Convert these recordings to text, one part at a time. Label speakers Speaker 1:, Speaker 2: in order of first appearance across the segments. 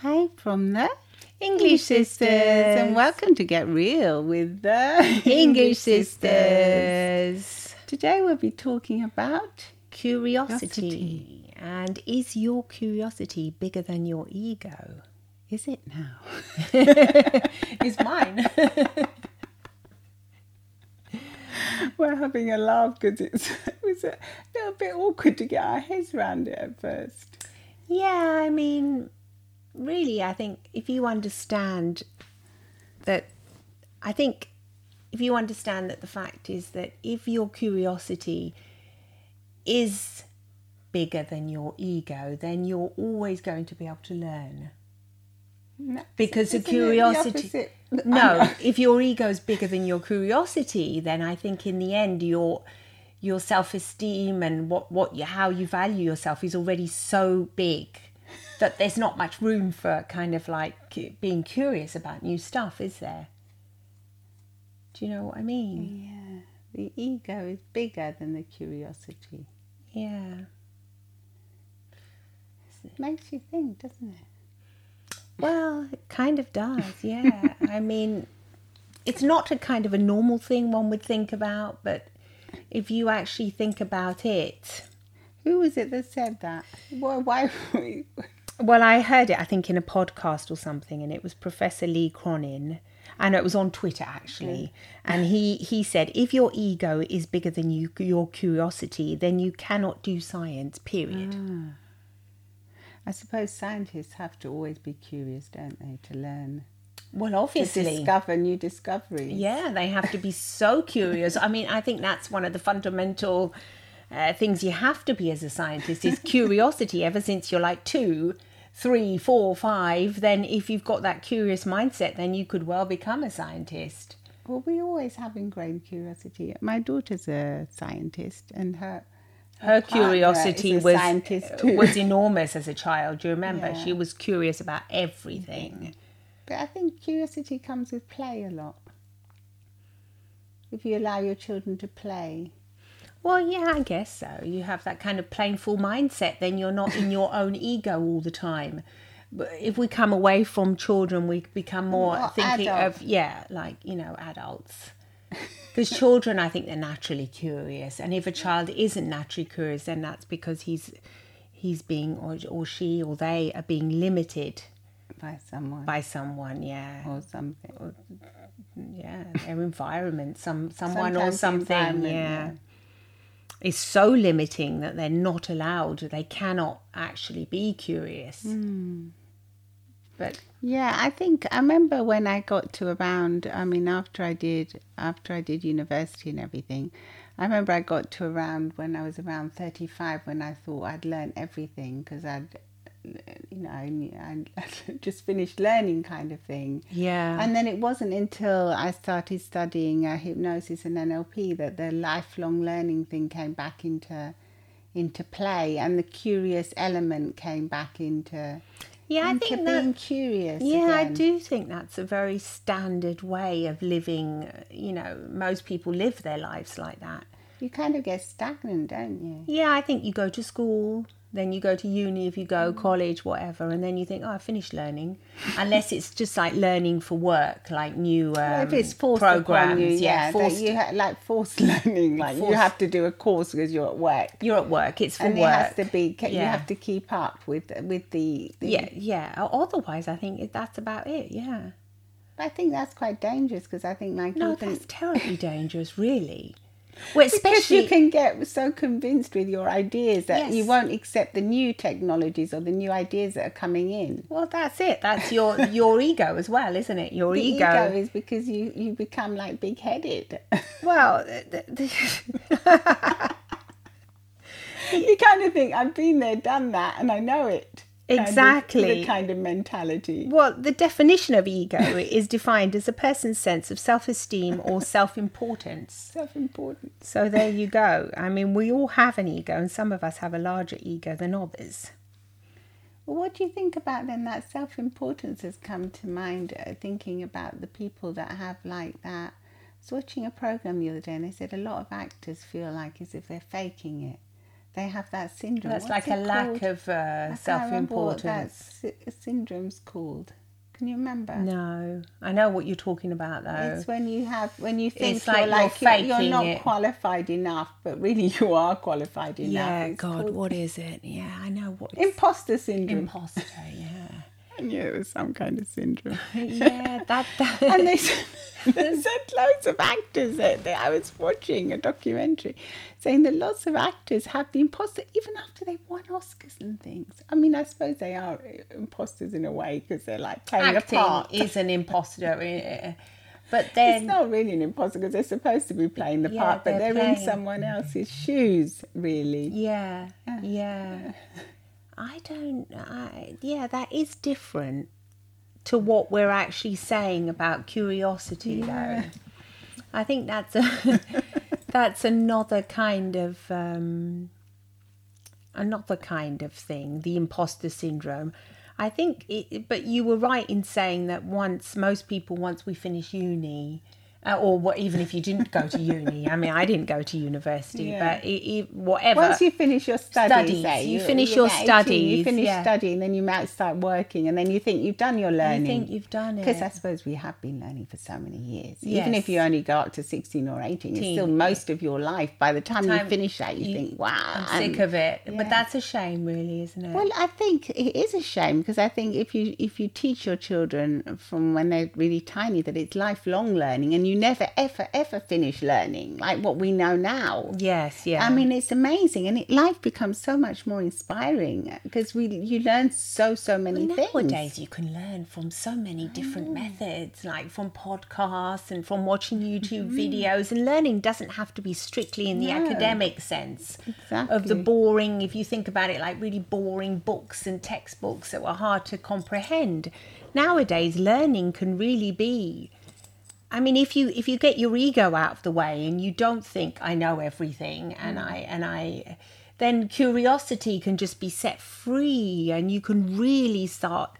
Speaker 1: Hi from the
Speaker 2: English Sisters.
Speaker 1: and welcome to Get Real with the
Speaker 2: English Sisters.
Speaker 1: Today we'll be talking about
Speaker 2: Curiosity. And is your curiosity bigger than your ego?
Speaker 1: is it now?
Speaker 2: is mine.
Speaker 1: We're having a laugh because it was a little bit awkward to get our heads around it at first.
Speaker 2: yeah, I mean, really, I think if you understand that, I think if you understand that the fact is that if your curiosity is bigger than your ego, then you're always going to be able to learn.
Speaker 1: No,
Speaker 2: because the
Speaker 1: isn't it
Speaker 2: curiosity
Speaker 1: opposite?
Speaker 2: no if your ego is bigger than your curiosity then i think in the end your your self-esteem and what what you, how you value yourself is already so big that there's not much room for kind of like cu- being curious about new stuff is there do you know what i mean
Speaker 1: Yeah, the ego is bigger than the curiosity.
Speaker 2: yeah
Speaker 1: Makes you think, doesn't it?
Speaker 2: Well, it kind of does, yeah. I mean, it's not a kind of a normal thing one would think about, but if you actually think about it.
Speaker 1: Who was it that said that? Why? why we-
Speaker 2: Well, I heard it, I think, in a podcast or something, and it was Professor Lee Cronin. And it was on Twitter actually, and he he said, if your ego is bigger than you your curiosity, then you cannot do science. Period.
Speaker 1: I suppose scientists have to always be curious, don't they, to learn,
Speaker 2: Well,
Speaker 1: to
Speaker 2: obviously,
Speaker 1: discover new discoveries.
Speaker 2: Yeah, they have to be so curious. I mean, I think that's one of the fundamental uh, things you have to be as a scientist is curiosity. Ever since you're like two, three, four, five, then if you've got that curious mindset, then you could well become a scientist.
Speaker 1: Well, we always have ingrained curiosity. My daughter's a scientist, and her
Speaker 2: Her
Speaker 1: partner
Speaker 2: curiosity
Speaker 1: is a
Speaker 2: was uh,
Speaker 1: scientist too.
Speaker 2: was enormous as a child. Do you remember?
Speaker 1: Yeah. Mm-hmm.
Speaker 2: She was curious about everything.
Speaker 1: But I think curiosity comes with play a lot. If you allow your children to play,
Speaker 2: Well, yeah, I guess so. You have that kind of playful mindset, then you're not in your own ego all the time. But if we come away from children, we become more
Speaker 1: More
Speaker 2: thinking
Speaker 1: adult.
Speaker 2: of, yeah, like, you know, adults. Because children, I think they're naturally curious. And if a child isn't naturally curious, then that's because he's he's being, or, or she, or they are being limited
Speaker 1: by someone
Speaker 2: by someone, yeah.
Speaker 1: or something.
Speaker 2: yeah, their environment, some someone or
Speaker 1: Sometimes the
Speaker 2: something, yeah,
Speaker 1: environment, yeah.
Speaker 2: is so limiting that they're not allowed. They cannot actually be curious.
Speaker 1: Hmm.
Speaker 2: But
Speaker 1: Yeah, I think I remember when I got to around. I mean, after I did after I did university and everything, I remember I got to around when I was around thirty five when I thought I'd learned everything because I'd you know I, knew- I'd just finished learning kind of thing.
Speaker 2: yeah,
Speaker 1: And then it wasn't until I started studying uh, hypnosis and NLP that the lifelong learning thing came back into into play and the curious element came back into
Speaker 2: yeah, I
Speaker 1: into
Speaker 2: think that.
Speaker 1: being curious.
Speaker 2: Yeah, I
Speaker 1: again.
Speaker 2: do think that's a very standard way of living. uh, You know, most people live their lives like that.
Speaker 1: You kind of get stagnant, don't you?
Speaker 2: Yeah, I think you go to school, then you go to uni if you
Speaker 1: Mm.
Speaker 2: go, college, whatever, and then you think, oh, I finished learning. Unless it's just like learning for work, like new um,
Speaker 1: Well, if it's forced
Speaker 2: programs.
Speaker 1: upon you,
Speaker 2: yeah,
Speaker 1: yeah,
Speaker 2: forced,
Speaker 1: that you ha- like forced learning, like you
Speaker 2: Forced.
Speaker 1: have to do a course because you're at work,
Speaker 2: you're at work, it's for
Speaker 1: and
Speaker 2: work.
Speaker 1: it has to be. ca- You
Speaker 2: Yeah.
Speaker 1: have to keep up with with the. the
Speaker 2: yeah, yeah. O- Otherwise, I think it- that's about it. Yeah.
Speaker 1: I think that's quite dangerous because I think like
Speaker 2: No,
Speaker 1: even-
Speaker 2: that's terribly dangerous, really. Well,
Speaker 1: because you
Speaker 2: especially
Speaker 1: can get so convinced with your ideas that you
Speaker 2: Yes.
Speaker 1: won't accept the new technologies or the new ideas that are coming in.
Speaker 2: well, that's it. That's your your ego as well, isn't it? Your
Speaker 1: The
Speaker 2: ego.
Speaker 1: ego is because you you become like big headed.
Speaker 2: Well, th- th- th-
Speaker 1: you kind of think I've been there, done that, and I know it. Kind of
Speaker 2: Exactly.
Speaker 1: the kind of mentality.
Speaker 2: Well, the definition of ego is defined as a person's sense of self esteem or self importance.
Speaker 1: Self-important.
Speaker 2: So there you go. I mean, we all have an ego, and some of us have a larger ego than others.
Speaker 1: Well, what do you think about then? That self-importance has come to mind. Uh, thinking about the people that have like that. I was watching a program the other day, and they said a lot of actors feel like as if they're faking it. They have that syndrome.
Speaker 2: That's
Speaker 1: What's
Speaker 2: like a
Speaker 1: it
Speaker 2: lack
Speaker 1: called?
Speaker 2: of uh,
Speaker 1: I can't remember what that
Speaker 2: self-importance.
Speaker 1: sy- syndrome's called. Can you remember?
Speaker 2: No, I know what you're talking about though.
Speaker 1: It's when you have when you think
Speaker 2: It's
Speaker 1: you're
Speaker 2: like
Speaker 1: like,
Speaker 2: you're
Speaker 1: you're,
Speaker 2: faking
Speaker 1: not
Speaker 2: it.
Speaker 1: qualified enough, but really you are qualified enough.
Speaker 2: yeah,
Speaker 1: It's
Speaker 2: God,
Speaker 1: called
Speaker 2: what is it? Yeah, I know what. It's
Speaker 1: imposter syndrome.
Speaker 2: imposter. Yeah,
Speaker 1: I knew it was some kind of syndrome.
Speaker 2: yeah, that. that
Speaker 1: and they said, they said loads of actors that that I was watching a documentary saying that lots of actors have the imposter even after they won Oscars and things. I mean, I suppose they are uh, imposters in a way because they're like playing
Speaker 2: acting
Speaker 1: a part.
Speaker 2: is an imposter. eh, But
Speaker 1: It's
Speaker 2: then
Speaker 1: not really an imposter because they're supposed to be playing the
Speaker 2: Yeah,
Speaker 1: part, but
Speaker 2: they're
Speaker 1: they're, in
Speaker 2: playing.
Speaker 1: someone else's shoes, really.
Speaker 2: Yeah, yeah. I don't. I, yeah, that is different to what we're actually saying about curiosity, though. I think that's a that's another kind of um, another kind of thing. The imposter syndrome. I think, it, but you were right in saying that once most people, once we finish uni, uh, or what, even if you didn't go to uni. I mean, I didn't go to university,
Speaker 1: Yeah.
Speaker 2: but it, it, e, whatever.
Speaker 1: Once you finish your studies,
Speaker 2: Studies.
Speaker 1: eh,
Speaker 2: You finish your
Speaker 1: get 18,
Speaker 2: studies,
Speaker 1: You finish
Speaker 2: yeah.
Speaker 1: studying, then you might start working, and then you think you've done your
Speaker 2: I
Speaker 1: learning.
Speaker 2: think you've done it.
Speaker 1: Because I suppose we have been learning for so many years. Even
Speaker 2: Yes.
Speaker 1: if you only go up to 16 or 18, it's
Speaker 2: Teen,
Speaker 1: still most of your life. By the time,
Speaker 2: Time
Speaker 1: you finish that, you,
Speaker 2: you-
Speaker 1: think, wow.
Speaker 2: I'm sick of it. But
Speaker 1: um, yeah.
Speaker 2: that's a shame, really, isn't it?
Speaker 1: Well, I think it is a shame because I think if you if you teach your children from when they're really tiny that it's lifelong learning and you never ever ever finish learning like what we know now.
Speaker 2: yes, yeah.
Speaker 1: I mean, it's amazing, and it, life becomes so much more inspiring because we you learn so so many things. Mm.
Speaker 2: nowadays you can learn from so many different methods, like from podcasts and from watching YouTube
Speaker 1: Mm-hmm.
Speaker 2: videos. And learning doesn't have to be strictly in the academic sense of the
Speaker 1: Exactly.
Speaker 2: boring. If you think about it, like really boring books and textbooks that were hard to comprehend. Nowadays, learning can really be I mean, if you if you get your ego out of the way and you don't think I know everything, and
Speaker 1: Mm.
Speaker 2: I and I, then curiosity can just be set free, and you can really start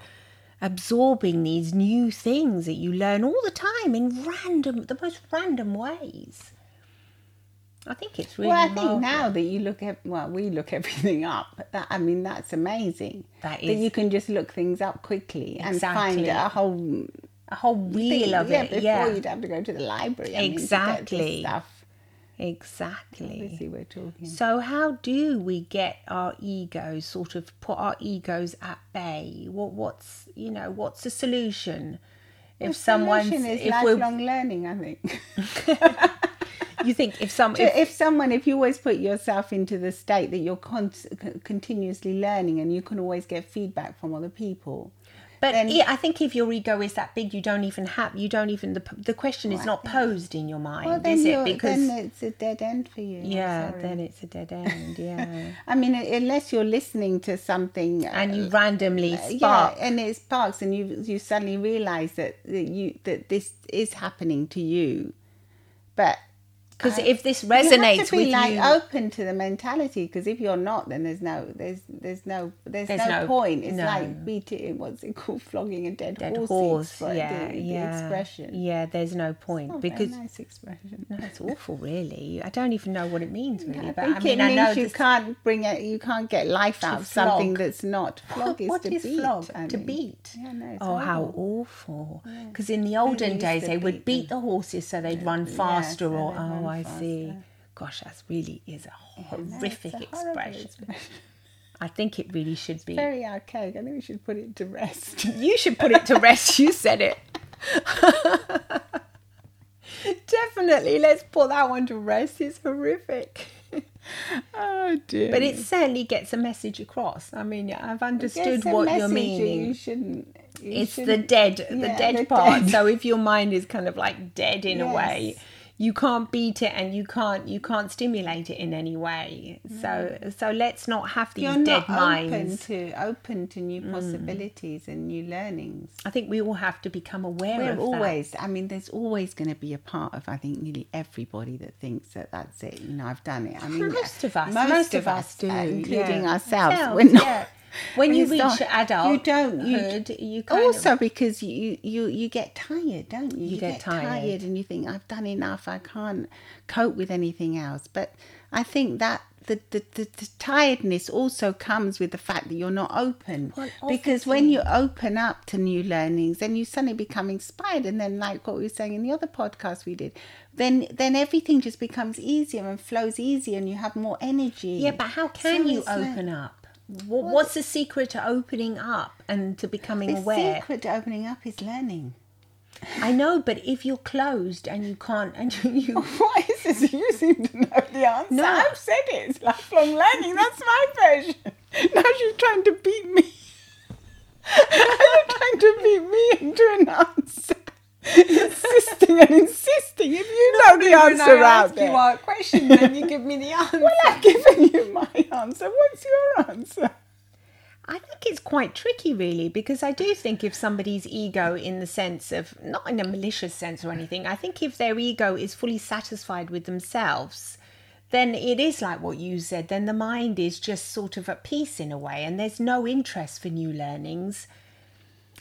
Speaker 2: absorbing these new things that you learn all the time in random, the most random ways. I think it's really
Speaker 1: Well, I think
Speaker 2: marvellous.
Speaker 1: now that you look at well, we look everything up. That I mean, that's amazing.
Speaker 2: That
Speaker 1: that
Speaker 2: is-
Speaker 1: you can just look things up quickly and
Speaker 2: Exactly.
Speaker 1: find a whole
Speaker 2: a whole
Speaker 1: thing.
Speaker 2: wheel of
Speaker 1: yeah,
Speaker 2: it.
Speaker 1: before
Speaker 2: Yeah,
Speaker 1: you'd have to go to the library. I mean, to get this
Speaker 2: Exactly.
Speaker 1: stuff.
Speaker 2: exactly.
Speaker 1: Obviously, we're talking.
Speaker 2: So, how do we get our egos sort of put our egos at bay? What, what's you know, what's the solution? If someone,
Speaker 1: Solution is
Speaker 2: if we,
Speaker 1: lifelong learning, I think.
Speaker 2: you think if some,
Speaker 1: if,
Speaker 2: if,
Speaker 1: someone, if you always put yourself into the state that you're con- c- continuously learning and you can always get feedback from other people,
Speaker 2: but
Speaker 1: then-
Speaker 2: yeah, I think if your ego is that big, you don't even have, you don't even the p- the question is not posed in your mind,
Speaker 1: well,
Speaker 2: is
Speaker 1: then,
Speaker 2: it?
Speaker 1: you're,
Speaker 2: Because
Speaker 1: then it's a dead end for you. I'm
Speaker 2: yeah,
Speaker 1: sorry. Uh,
Speaker 2: then it's a dead end. Yeah,
Speaker 1: I mean, unless you're listening to something,
Speaker 2: and you randomly
Speaker 1: uh,
Speaker 2: spark.
Speaker 1: yeah, and it sparks, and you you suddenly realise that, that you that this is happening to you, but
Speaker 2: Because
Speaker 1: I-
Speaker 2: if this
Speaker 1: you
Speaker 2: resonates
Speaker 1: have to be
Speaker 2: with
Speaker 1: like
Speaker 2: you,
Speaker 1: open to the mentality because if you're not, then there's no there's there's no there's,
Speaker 2: There's
Speaker 1: no,
Speaker 2: no-
Speaker 1: point. It's
Speaker 2: no.
Speaker 1: like beating what's it called, flogging a dead,
Speaker 2: dead
Speaker 1: horse.
Speaker 2: horse.
Speaker 1: it's like
Speaker 2: Yeah,
Speaker 1: the, the
Speaker 2: yeah,
Speaker 1: expression.
Speaker 2: Yeah, there's no point
Speaker 1: Not a very
Speaker 2: because
Speaker 1: nice expression.
Speaker 2: No, it's awful, really. I don't even know what it means, really.
Speaker 1: I
Speaker 2: but
Speaker 1: think
Speaker 2: I mean,
Speaker 1: it
Speaker 2: I
Speaker 1: means
Speaker 2: know
Speaker 1: you
Speaker 2: this-
Speaker 1: can't bring it. You can't get life out of something
Speaker 2: flog.
Speaker 1: that's not flog is
Speaker 2: what
Speaker 1: to
Speaker 2: is
Speaker 1: beat.
Speaker 2: flog?
Speaker 1: I
Speaker 2: to
Speaker 1: mean.
Speaker 2: beat.
Speaker 1: Yeah, no, it's
Speaker 2: oh, how awful! Because in the olden
Speaker 1: used
Speaker 2: days,
Speaker 1: to
Speaker 2: they
Speaker 1: beat
Speaker 2: would beat the horses so they'd run
Speaker 1: yeah,
Speaker 2: faster,
Speaker 1: so
Speaker 2: or
Speaker 1: they'd
Speaker 2: oh,
Speaker 1: run
Speaker 2: I see.
Speaker 1: faster.
Speaker 2: Gosh, that's really is a
Speaker 1: No, it's a
Speaker 2: horrific
Speaker 1: horrible
Speaker 2: expression. I think it really should be.
Speaker 1: Very archaic. I think we should put it to rest.
Speaker 2: You should put it to rest. You said it. Definitely, let's put that one to rest. It's horrific.
Speaker 1: oh dear.
Speaker 2: But it certainly gets a message across. I mean, I've understood
Speaker 1: It's a
Speaker 2: what
Speaker 1: message
Speaker 2: you're
Speaker 1: that
Speaker 2: meaning.
Speaker 1: You shouldn't. you
Speaker 2: it's the
Speaker 1: shouldn't-
Speaker 2: dead, the
Speaker 1: yeah,
Speaker 2: dead
Speaker 1: the
Speaker 2: part.
Speaker 1: dead.
Speaker 2: So if your mind is kind of like dead in a
Speaker 1: Yes.
Speaker 2: way, you can't beat it and you can't you can't stimulate it in any way. So so let's not have these
Speaker 1: Mm. You're not
Speaker 2: dead
Speaker 1: open
Speaker 2: minds. Mm.
Speaker 1: to open to new possibilities and new learnings.
Speaker 2: I think we all have to become aware
Speaker 1: We're
Speaker 2: of
Speaker 1: always. I mean, there's always going to be a part of. I think nearly everybody that thinks that that's it. You know, I've done it. I mean,
Speaker 2: Most of us-
Speaker 1: most,
Speaker 2: most
Speaker 1: of us, do, including
Speaker 2: yeah.
Speaker 1: ourselves.
Speaker 2: Ourselves,
Speaker 1: We're not.
Speaker 2: yeah. that. When you
Speaker 1: It's
Speaker 2: reach
Speaker 1: not-
Speaker 2: adulthood,
Speaker 1: you don't. You,
Speaker 2: you kind of-
Speaker 1: also because you, you you get tired don't you
Speaker 2: You get tired.
Speaker 1: and you think i've done enough i can't cope with anything else but i think that the, the, the, the tiredness also comes with the fact that you're not open.
Speaker 2: Well,
Speaker 1: because when you open up to new learnings, then you suddenly become inspired. And then, like what we were saying in the other podcast we did, then then everything just becomes easier and flows easier, and you have more energy.
Speaker 2: Yeah, but how can
Speaker 1: So
Speaker 2: you
Speaker 1: it's like-
Speaker 2: open up? What, what's the secret to opening up and to becoming
Speaker 1: the
Speaker 2: aware?
Speaker 1: secret to opening up is learning.
Speaker 2: I know, but if you're closed and you can't, and you,
Speaker 1: What is this? You seem to know the answer.
Speaker 2: No.
Speaker 1: I've said it. It's lifelong learning. That's my version. Now she's trying to beat me. You're trying to beat me into an answer. insisting and insisting. If you know the answer out there.
Speaker 2: our question, then you give me the answer.
Speaker 1: well, I've given you my answer. What's your answer?
Speaker 2: I think it's quite tricky, really, because I do think if somebody's ego, in the sense of not in a malicious sense or anything, I think if their ego is fully satisfied with themselves, then it is like what you said, then the mind is just sort of at peace in a way, and there's no interest for new learnings.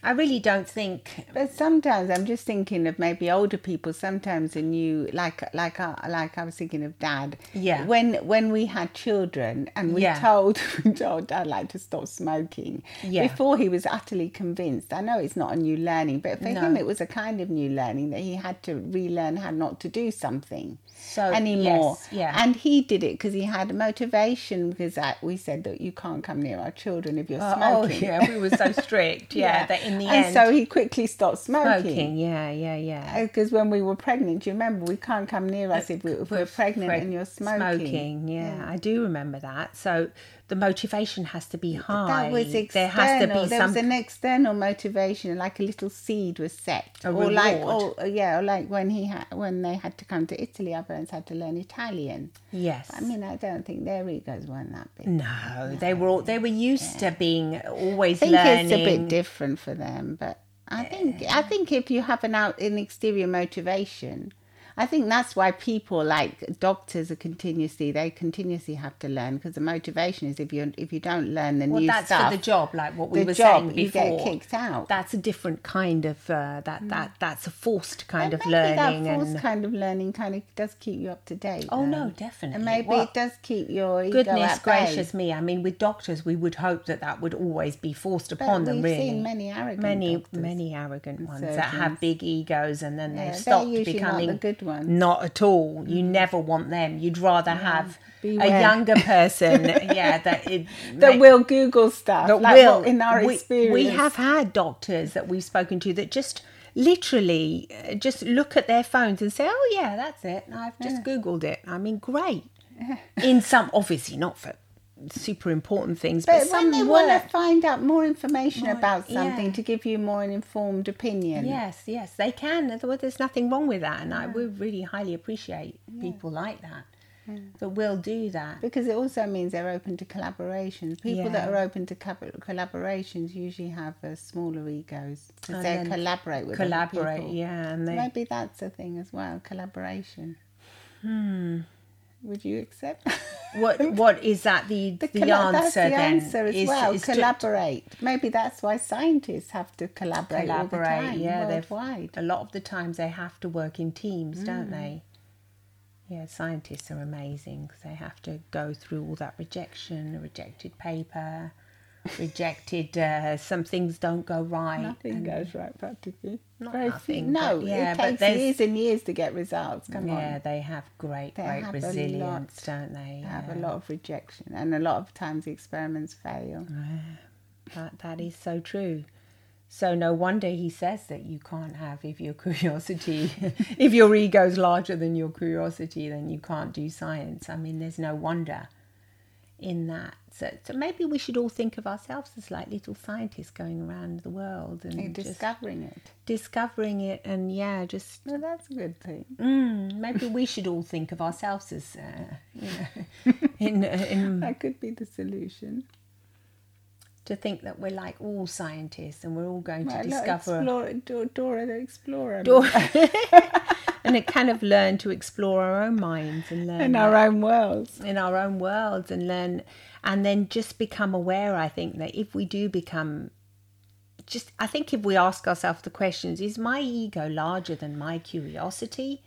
Speaker 2: I really don't think.
Speaker 1: But sometimes I'm just thinking of maybe older people. Sometimes a new, like like I like I was thinking of dad.
Speaker 2: Yeah.
Speaker 1: When when we had children and we
Speaker 2: Yeah.
Speaker 1: told we told dad like to stop smoking.
Speaker 2: Yeah.
Speaker 1: Before he was utterly convinced. I know it's not a new learning, but for
Speaker 2: No.
Speaker 1: him it was a kind of new learning that he had to relearn how not to do something
Speaker 2: So,
Speaker 1: anymore.
Speaker 2: Oh, yes, yeah.
Speaker 1: And he did it because he had motivation because I, we said that you can't come near our children if you're
Speaker 2: Oh,
Speaker 1: smoking.
Speaker 2: yeah, we were so strict. Yeah, that in the
Speaker 1: and
Speaker 2: end,
Speaker 1: so he quickly stopped smoking.
Speaker 2: smoking. Yeah, yeah, yeah.
Speaker 1: Because when we were pregnant, do you remember we can't come near us if, we, if we're pregnant
Speaker 2: Preg-
Speaker 1: and you're smoking.
Speaker 2: yeah, I do remember that. So the motivation has to be high.
Speaker 1: That was external.
Speaker 2: There has to be
Speaker 1: there
Speaker 2: some.
Speaker 1: was an external motivation, like a little seed was set,
Speaker 2: A
Speaker 1: or like,
Speaker 2: reward.
Speaker 1: or uh, yeah, or like when he ha- when they had to come to Italy, our parents had to learn Italian.
Speaker 2: yes.
Speaker 1: I mean, I don't think their egos weren't that big.
Speaker 2: no, they were all, they were used to being always
Speaker 1: I think
Speaker 2: learning.
Speaker 1: it's a bit different for them, but I think I think if you have an out an exterior motivation, I think that's why people like doctors are continuously they continuously have to learn because the motivation is if you if you don't learn the
Speaker 2: well,
Speaker 1: new
Speaker 2: that's
Speaker 1: stuff,
Speaker 2: for the job, like what we
Speaker 1: the
Speaker 2: were
Speaker 1: job,
Speaker 2: saying
Speaker 1: you
Speaker 2: before.
Speaker 1: get kicked out.
Speaker 2: That's a different kind of uh, that that that's a forced kind of
Speaker 1: Maybe
Speaker 2: learning
Speaker 1: that forced
Speaker 2: and
Speaker 1: kind of learning kind of does keep you up to date.
Speaker 2: oh
Speaker 1: though.
Speaker 2: no, definitely.
Speaker 1: and maybe
Speaker 2: What-
Speaker 1: it does keep your ego
Speaker 2: goodness
Speaker 1: at bay.
Speaker 2: gracious me! I mean, with doctors, we would hope that that would always be forced
Speaker 1: But
Speaker 2: upon them.
Speaker 1: we've
Speaker 2: Really,
Speaker 1: seen many arrogant
Speaker 2: many
Speaker 1: doctors.
Speaker 2: many arrogant ones that
Speaker 1: surgeons.
Speaker 2: have big egos and then
Speaker 1: Yeah,
Speaker 2: they've
Speaker 1: they're
Speaker 2: stopped
Speaker 1: usually not
Speaker 2: becoming
Speaker 1: the good ones. Mm.
Speaker 2: not at all you never want them you'd rather have
Speaker 1: beware.
Speaker 2: a younger person yeah that it
Speaker 1: that
Speaker 2: ma-
Speaker 1: will Google stuff.
Speaker 2: that
Speaker 1: like
Speaker 2: will-
Speaker 1: what in our
Speaker 2: we,
Speaker 1: experience,
Speaker 2: we have had doctors that we've spoken to that just literally uh, just look at their phones and say oh yeah that's it i've just googled it i mean great in some obviously not for super important things but,
Speaker 1: But
Speaker 2: some
Speaker 1: when they
Speaker 2: work.
Speaker 1: want to find out more information about something
Speaker 2: yeah.
Speaker 1: to give you more an informed opinion.
Speaker 2: Yes, yes, they can. There- well, There's nothing wrong with that, and I would really highly appreciate people like that that will do that.
Speaker 1: Because it also means they're open to collaborations. People that
Speaker 2: Yeah.
Speaker 1: are open to collab- collaborations usually have uh, smaller egos because
Speaker 2: And
Speaker 1: they
Speaker 2: then
Speaker 1: collaborate with other
Speaker 2: Collaborate,
Speaker 1: people.
Speaker 2: yeah, and they.
Speaker 1: Maybe that's a thing as well. Collaboration. Hmm. Would you accept?
Speaker 2: What what is that the the,
Speaker 1: colla-
Speaker 2: answer
Speaker 1: that's the
Speaker 2: then?
Speaker 1: answer as
Speaker 2: is,
Speaker 1: well.
Speaker 2: is to-
Speaker 1: collaborate. Maybe that's why scientists have to collaborate.
Speaker 2: collaborate.
Speaker 1: all the time,
Speaker 2: yeah, they've-
Speaker 1: worldwide.
Speaker 2: a lot of the times they have to work in teams, don't
Speaker 1: Mm.
Speaker 2: they? Yeah, scientists are amazing 'cause they have to go through all that rejection, a rejected paper, rejected. Uh, some things don't go right.
Speaker 1: Nothing
Speaker 2: and-
Speaker 1: goes right practically.
Speaker 2: Not
Speaker 1: Very
Speaker 2: nothing,
Speaker 1: Few. No,
Speaker 2: but yeah,
Speaker 1: it
Speaker 2: but
Speaker 1: takes
Speaker 2: there's-
Speaker 1: years and years to get results. Come
Speaker 2: yeah,
Speaker 1: on.
Speaker 2: they have great,
Speaker 1: They
Speaker 2: great
Speaker 1: have a
Speaker 2: resilience,
Speaker 1: lot.
Speaker 2: don't they?
Speaker 1: They have a
Speaker 2: Yeah.
Speaker 1: lot of rejection, and a lot of times the experiments fail.
Speaker 2: Mm, That that is so true. So no wonder he says that you can't have if your curiosity, if your ego's larger than your curiosity, then you can't do science. I mean, there's no wonder in that. So, so maybe we should all think of ourselves as like little scientists going around the world
Speaker 1: They're
Speaker 2: and just
Speaker 1: discovering it.
Speaker 2: discovering it, and yeah, just
Speaker 1: No, that's a good thing.
Speaker 2: mm, maybe we should all think of ourselves as uh, you know, in uh, in
Speaker 1: That could be the solution.
Speaker 2: to think that we're like all scientists and we're all going to
Speaker 1: Well, look,
Speaker 2: discover
Speaker 1: explore, Do- Dora the Explorer.
Speaker 2: and it kind of learn to explore our own minds and learn
Speaker 1: in our own worlds.
Speaker 2: in our own worlds and learn and then just become aware i think that if we do become just i think if we ask ourselves the questions is my ego larger than my curiosity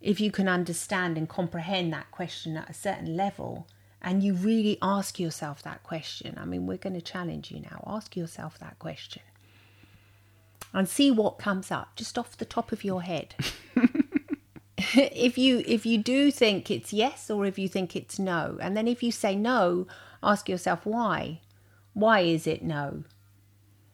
Speaker 2: if you can understand and comprehend that question at a certain level and you really ask yourself that question, I mean, we're going to challenge you now. Ask yourself that question and see what comes up just off the top of your head. if you if you do think it's yes or if you think it's no and then if you say no ask yourself why why is it no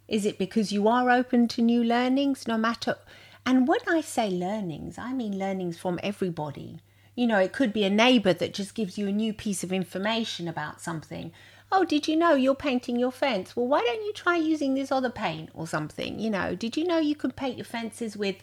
Speaker 2: is it because you are open to new learnings no matter and when i say learnings i mean learnings from everybody you know it could be a neighbor that just gives you a new piece of information about something oh did you know you're painting your fence well why don't you try using this other paint or something you know did you know you can paint your fences with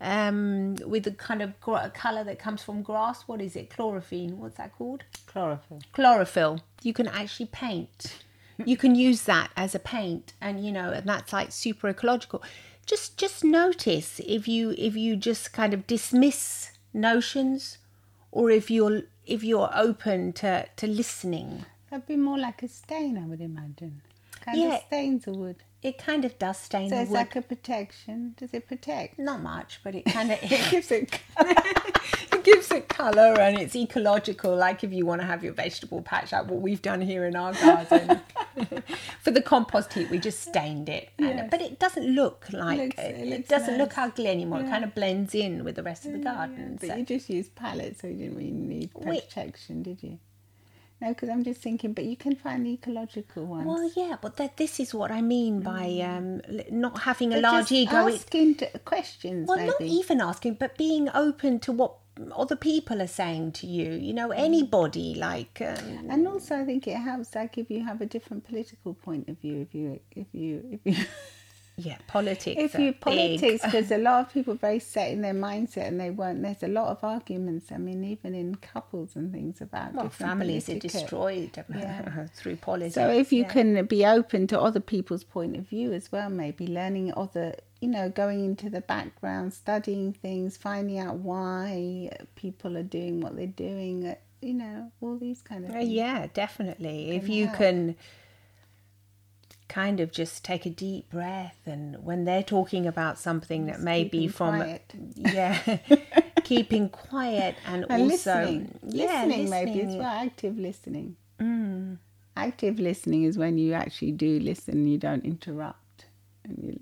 Speaker 2: um, with the kind of gr- color that comes from grass. What is it? Chlorophyne. What's that called?
Speaker 1: Chlorophyll.
Speaker 2: Chlorophyll. You can actually paint. You can use that as a paint, and you know, and that's like super ecological. Just just notice if you if you just kind of dismiss notions, or if you're if you're open to to listening.
Speaker 1: That'd be more like a stain, I would imagine. Kind
Speaker 2: Yeah.
Speaker 1: of stains a wood.
Speaker 2: It kind of does stain
Speaker 1: So
Speaker 2: the
Speaker 1: it's
Speaker 2: wood.
Speaker 1: like a protection. Does it protect?
Speaker 2: Not much, but it kind of it
Speaker 1: gives it
Speaker 2: it gives it colour and it's ecological. Like if you want to have your vegetable patch, like what we've done here in our garden for the compost heap, we just stained it, and,
Speaker 1: Yes.
Speaker 2: but it doesn't look like
Speaker 1: Looks-
Speaker 2: it,
Speaker 1: it looks
Speaker 2: doesn't look
Speaker 1: nice.
Speaker 2: ugly anymore. It
Speaker 1: Yeah.
Speaker 2: kind of blends in with the rest of the garden.
Speaker 1: But
Speaker 2: so-
Speaker 1: you just used pallets, so you didn't really need
Speaker 2: We-
Speaker 1: protection, did you? No, because I'm just thinking, but you can find the ecological ones.
Speaker 2: well, yeah, but that this is what I mean by um, l- not having a
Speaker 1: Mm. But
Speaker 2: large
Speaker 1: just
Speaker 2: ego. It's
Speaker 1: Asking d- questions,
Speaker 2: Well,
Speaker 1: maybe.
Speaker 2: not e-, even asking, but being open to what other people are saying to you. You know,
Speaker 1: Mm.
Speaker 2: anybody like. Um,
Speaker 1: And also, I think it helps, like, if you have a different political point of view, if you, if you, if you,
Speaker 2: yeah, politics.
Speaker 1: if
Speaker 2: are
Speaker 1: you
Speaker 2: big.
Speaker 1: politics, because a lot of people are very set in their mindset, and they weren't. There's a lot of arguments. I mean, even in couples and things about
Speaker 2: Well,
Speaker 1: different
Speaker 2: families are
Speaker 1: political-
Speaker 2: destroyed um, through politics.
Speaker 1: So if you
Speaker 2: yeah.
Speaker 1: can be open to other people's point of view as well, maybe learning other, you know, going into the background, studying things, finding out why people are doing what they're doing, uh, you know, all these kind of
Speaker 2: Uh,
Speaker 1: things.
Speaker 2: yeah, definitely. If you
Speaker 1: help.
Speaker 2: can kind of just take a deep breath, and when they're talking about something that may be
Speaker 1: keeping
Speaker 2: from
Speaker 1: quiet.
Speaker 2: yeah, keeping quiet and,
Speaker 1: And
Speaker 2: also
Speaker 1: listening,
Speaker 2: yeah,
Speaker 1: listening maybe as
Speaker 2: listening. Mm.
Speaker 1: well, active listening. Active listening is when you actually do listen, you don't interrupt, and you,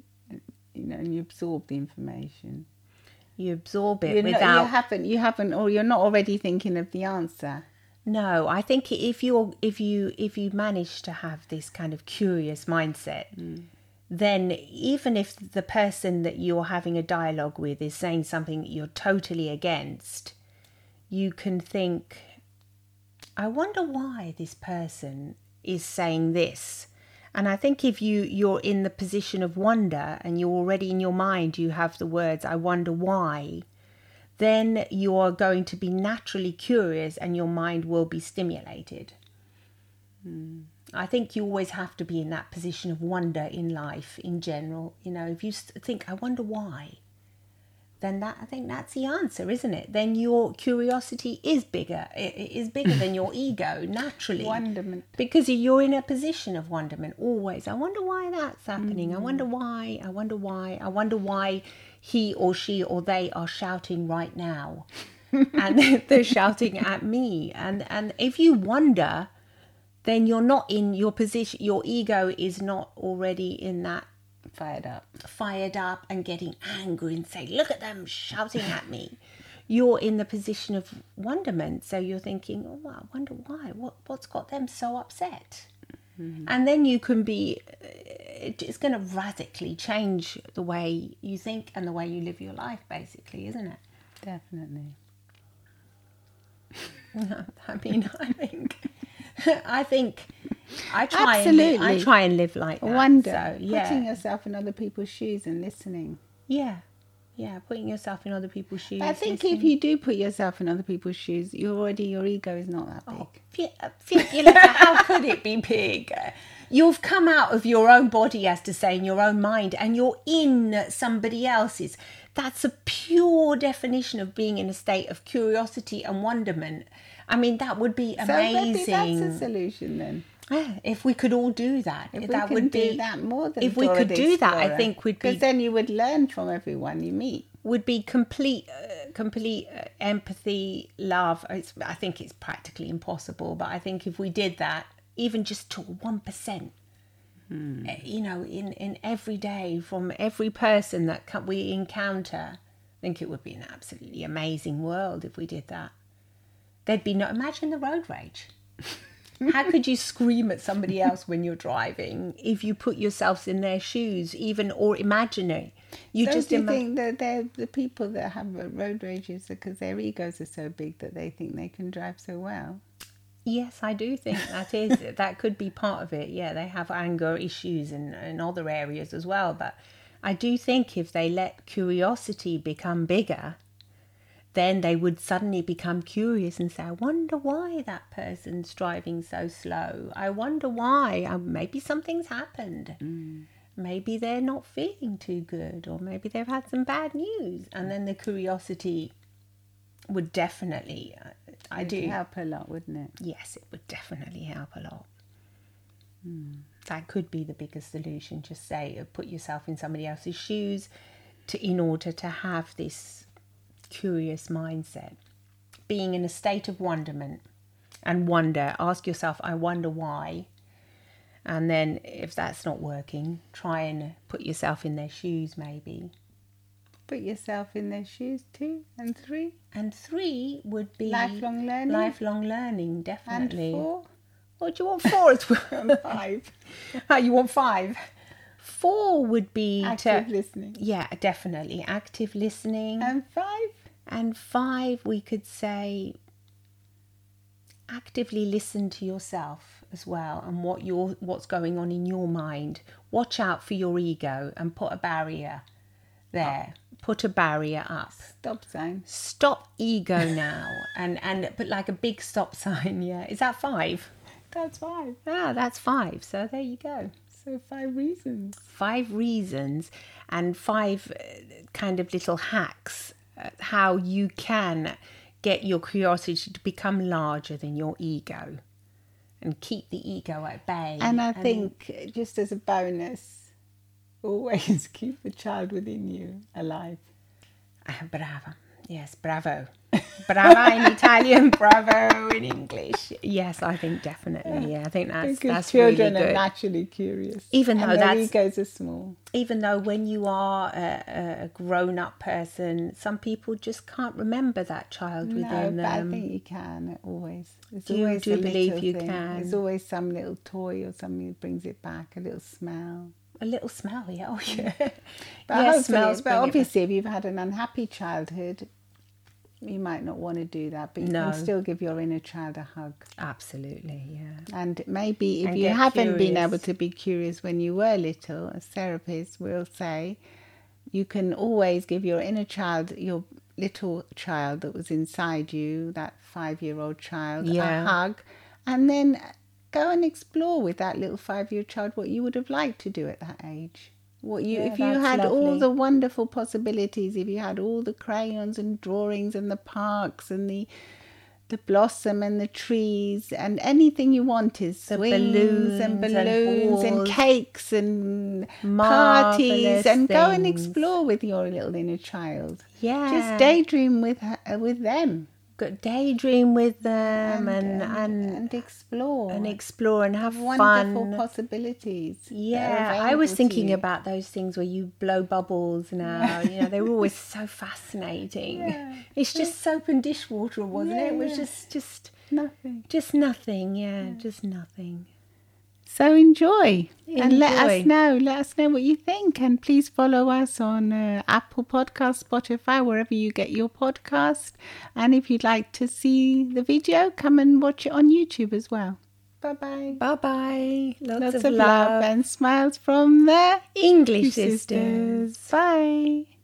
Speaker 1: you know, and you absorb the information.
Speaker 2: You absorb it
Speaker 1: You're not-
Speaker 2: without
Speaker 1: you haven't, you haven't, or you're not already thinking of the answer.
Speaker 2: No, I think if you're if you if you manage to have this kind of curious mindset, then even if the person that you're having a dialogue with is saying something that you're totally against, you can think, I wonder why this person is saying this. And I think if you you're in the position of wonder and you're already in your mind you have the words I wonder why, then you are going to be naturally curious and your mind will be stimulated. I think you always have to be in that position of wonder in life in general. You know, if you s- think, I wonder why, then that I think that's the answer, isn't it? Then your curiosity is bigger. It, it is bigger than your ego naturally.
Speaker 1: Wonderment.
Speaker 2: Because you're in a position of wonderment always. I wonder why that's happening. I wonder why. I wonder why. I wonder why he or she or they are shouting right now. and they're shouting at me. And and if you wonder, then you're not in your position your ego is not already in that
Speaker 1: Fired up.
Speaker 2: fired up and getting angry and saying, Look at them shouting at me. You're in the position of wonderment. So you're thinking, Oh, I wonder why. What, what's got them so upset?
Speaker 1: Mm-hmm.
Speaker 2: And then you can be, it- it's going to radically change the way you think and the way you live your life, basically, isn't it?
Speaker 1: Definitely.
Speaker 2: I mean, I think, I think, I try, And li- I
Speaker 1: Absolutely.
Speaker 2: try and live like that.
Speaker 1: Wonder.
Speaker 2: So, yeah.
Speaker 1: Putting yourself in other people's shoes and listening.
Speaker 2: yeah. Yeah. Putting yourself in other people's shoes.
Speaker 1: I think
Speaker 2: listening.
Speaker 1: if you do put yourself in other people's shoes, you already your ego is not that big.
Speaker 2: Oh, fi- uh, fibulator, how could it be big? You've come out of your own body, as to say, in your own mind, and you're in somebody else's. That's a pure definition of being in a state of curiosity and wonderment. I mean, that would be
Speaker 1: So maybe that's a
Speaker 2: amazing.
Speaker 1: solution then.
Speaker 2: Yeah, if we could all do that,
Speaker 1: If
Speaker 2: that
Speaker 1: we
Speaker 2: would
Speaker 1: could
Speaker 2: be
Speaker 1: do that more than
Speaker 2: if we
Speaker 1: Dora
Speaker 2: could
Speaker 1: the
Speaker 2: do that, I
Speaker 1: Explorer.
Speaker 2: think we'd be-
Speaker 1: because then you would learn from everyone you meet.
Speaker 2: would be complete uh, complete uh, empathy love it's, i think it's practically impossible but i think if we did that even just to 1% uh, you know in in every day from every person that co- we encounter i think it would be an absolutely amazing world if we did that there'd be no imagine the road rage how could you scream at somebody else when you're driving if you put yourselves in their shoes even or imaginary you
Speaker 1: Don't
Speaker 2: just
Speaker 1: you think
Speaker 2: imagine.
Speaker 1: that they're the people that have road rages because their egos are so big that they think they can drive so well?
Speaker 2: Yes, I do think that is that could be part of it. Yeah, they have anger issues in, in other areas as well, but I do think if they let curiosity become bigger, then they would suddenly become curious and say, "I wonder why that person's driving so slow. I wonder why. Uh, Maybe something's happened. Maybe they're not feeling too good, or maybe they've had some bad news." And then the curiosity would definitely, uh, I
Speaker 1: It'd
Speaker 2: do
Speaker 1: help a lot, wouldn't it?
Speaker 2: yes, it would definitely help a lot. Hmm. That could be the biggest solution. Just say, uh, put yourself in somebody else's shoes, to in order to have this curious mindset, being in a state of wonderment and wonder. Ask yourself, I wonder why. And then, if that's not working, try and put yourself in their shoes, maybe.
Speaker 1: Put yourself in their shoes two and three
Speaker 2: And three would be
Speaker 1: Lifelong learning.
Speaker 2: Lifelong learning,
Speaker 1: and
Speaker 2: definitely.
Speaker 1: four
Speaker 2: What do you want four? It's
Speaker 1: and five.
Speaker 2: Oh, you want five? Four would be
Speaker 1: Active
Speaker 2: to
Speaker 1: listening
Speaker 2: yeah, definitely active listening,
Speaker 1: and five.
Speaker 2: and five we could say actively listen to yourself as well and what your what's going on in your mind. Watch out for your ego and put a barrier there. Put a barrier up.
Speaker 1: Stop sign.
Speaker 2: Stop ego now, and and put like a big stop sign. Yeah, is that five?
Speaker 1: That's five.
Speaker 2: Ah, that's five. So there you go.
Speaker 1: So five reasons.
Speaker 2: five reasons and five uh, kind of little hacks uh, how you can get your curiosity to become larger than your ego and keep the ego at bay.
Speaker 1: And I think, just as a bonus, always keep the child within you alive.
Speaker 2: Ah, bravo. Yes, bravo. Bravo in Italian, bravo in English. Yes, I think definitely. Yeah, I think that's
Speaker 1: because
Speaker 2: that's
Speaker 1: children
Speaker 2: really
Speaker 1: are
Speaker 2: good.
Speaker 1: naturally curious.
Speaker 2: Even
Speaker 1: and
Speaker 2: though
Speaker 1: their
Speaker 2: that's-
Speaker 1: egos are small.
Speaker 2: even though when you are a, a grown-up person, some people just can't remember that child
Speaker 1: No,
Speaker 2: within
Speaker 1: but
Speaker 2: them.
Speaker 1: I think you can always. It's
Speaker 2: Do you-
Speaker 1: always
Speaker 2: do you
Speaker 1: a
Speaker 2: believe
Speaker 1: little
Speaker 2: you
Speaker 1: thing.
Speaker 2: can?
Speaker 1: There's always some little toy or something that brings it back, a little smell.
Speaker 2: A little smell, yeah. Oh, yeah.
Speaker 1: Mm. But hopefully, but
Speaker 2: bring it back.
Speaker 1: obviously, if you've had an unhappy childhood, you might not want to do that, but you
Speaker 2: No.
Speaker 1: can still give your inner child a hug.
Speaker 2: Absolutely, yeah.
Speaker 1: And maybe if
Speaker 2: And
Speaker 1: you
Speaker 2: get
Speaker 1: haven't been
Speaker 2: curious.
Speaker 1: able to be curious when you were little, as therapists will say, you can always give your inner child, your little child that was inside you, that five year old child,
Speaker 2: Yeah.
Speaker 1: a hug, and then go and explore with that little five year child what you would have liked to do at that age. What you
Speaker 2: Yeah,
Speaker 1: if you
Speaker 2: that's
Speaker 1: had all
Speaker 2: lovely.
Speaker 1: the wonderful possibilities, if you had all the crayons and drawings and the parks and the the blossom and the trees and anything you wanted swings and
Speaker 2: balloons and
Speaker 1: balloons and,
Speaker 2: balls.
Speaker 1: cakes and parties
Speaker 2: Marvellous
Speaker 1: and go and
Speaker 2: things.
Speaker 1: explore with your little inner child
Speaker 2: Yeah.
Speaker 1: just daydream with her, uh, with them
Speaker 2: Got daydream with them Um, and and, and,
Speaker 1: and explore
Speaker 2: explore and have
Speaker 1: wonderful
Speaker 2: fun.
Speaker 1: possibilities that are
Speaker 2: Yeah, I was
Speaker 1: available to
Speaker 2: thinking
Speaker 1: you.
Speaker 2: about those things where you blow bubbles now. you know, they were always so fascinating. It's just soap and dishwater, wasn't it? It was
Speaker 1: Yeah.
Speaker 2: just just
Speaker 1: nothing
Speaker 2: just nothing. yeah. just nothing.
Speaker 1: So enjoy. And let us
Speaker 2: Enjoy.
Speaker 1: know. Let us know what you think. And please follow us on uh, Apple Podcast, Spotify, wherever you get your podcast. And if you'd like to see the video, come and watch it on YouTube as well. Bye bye.
Speaker 2: Bye bye. Lots,
Speaker 1: Lots
Speaker 2: of,
Speaker 1: of love and smiles from the
Speaker 2: English sisters.
Speaker 1: sisters. Bye.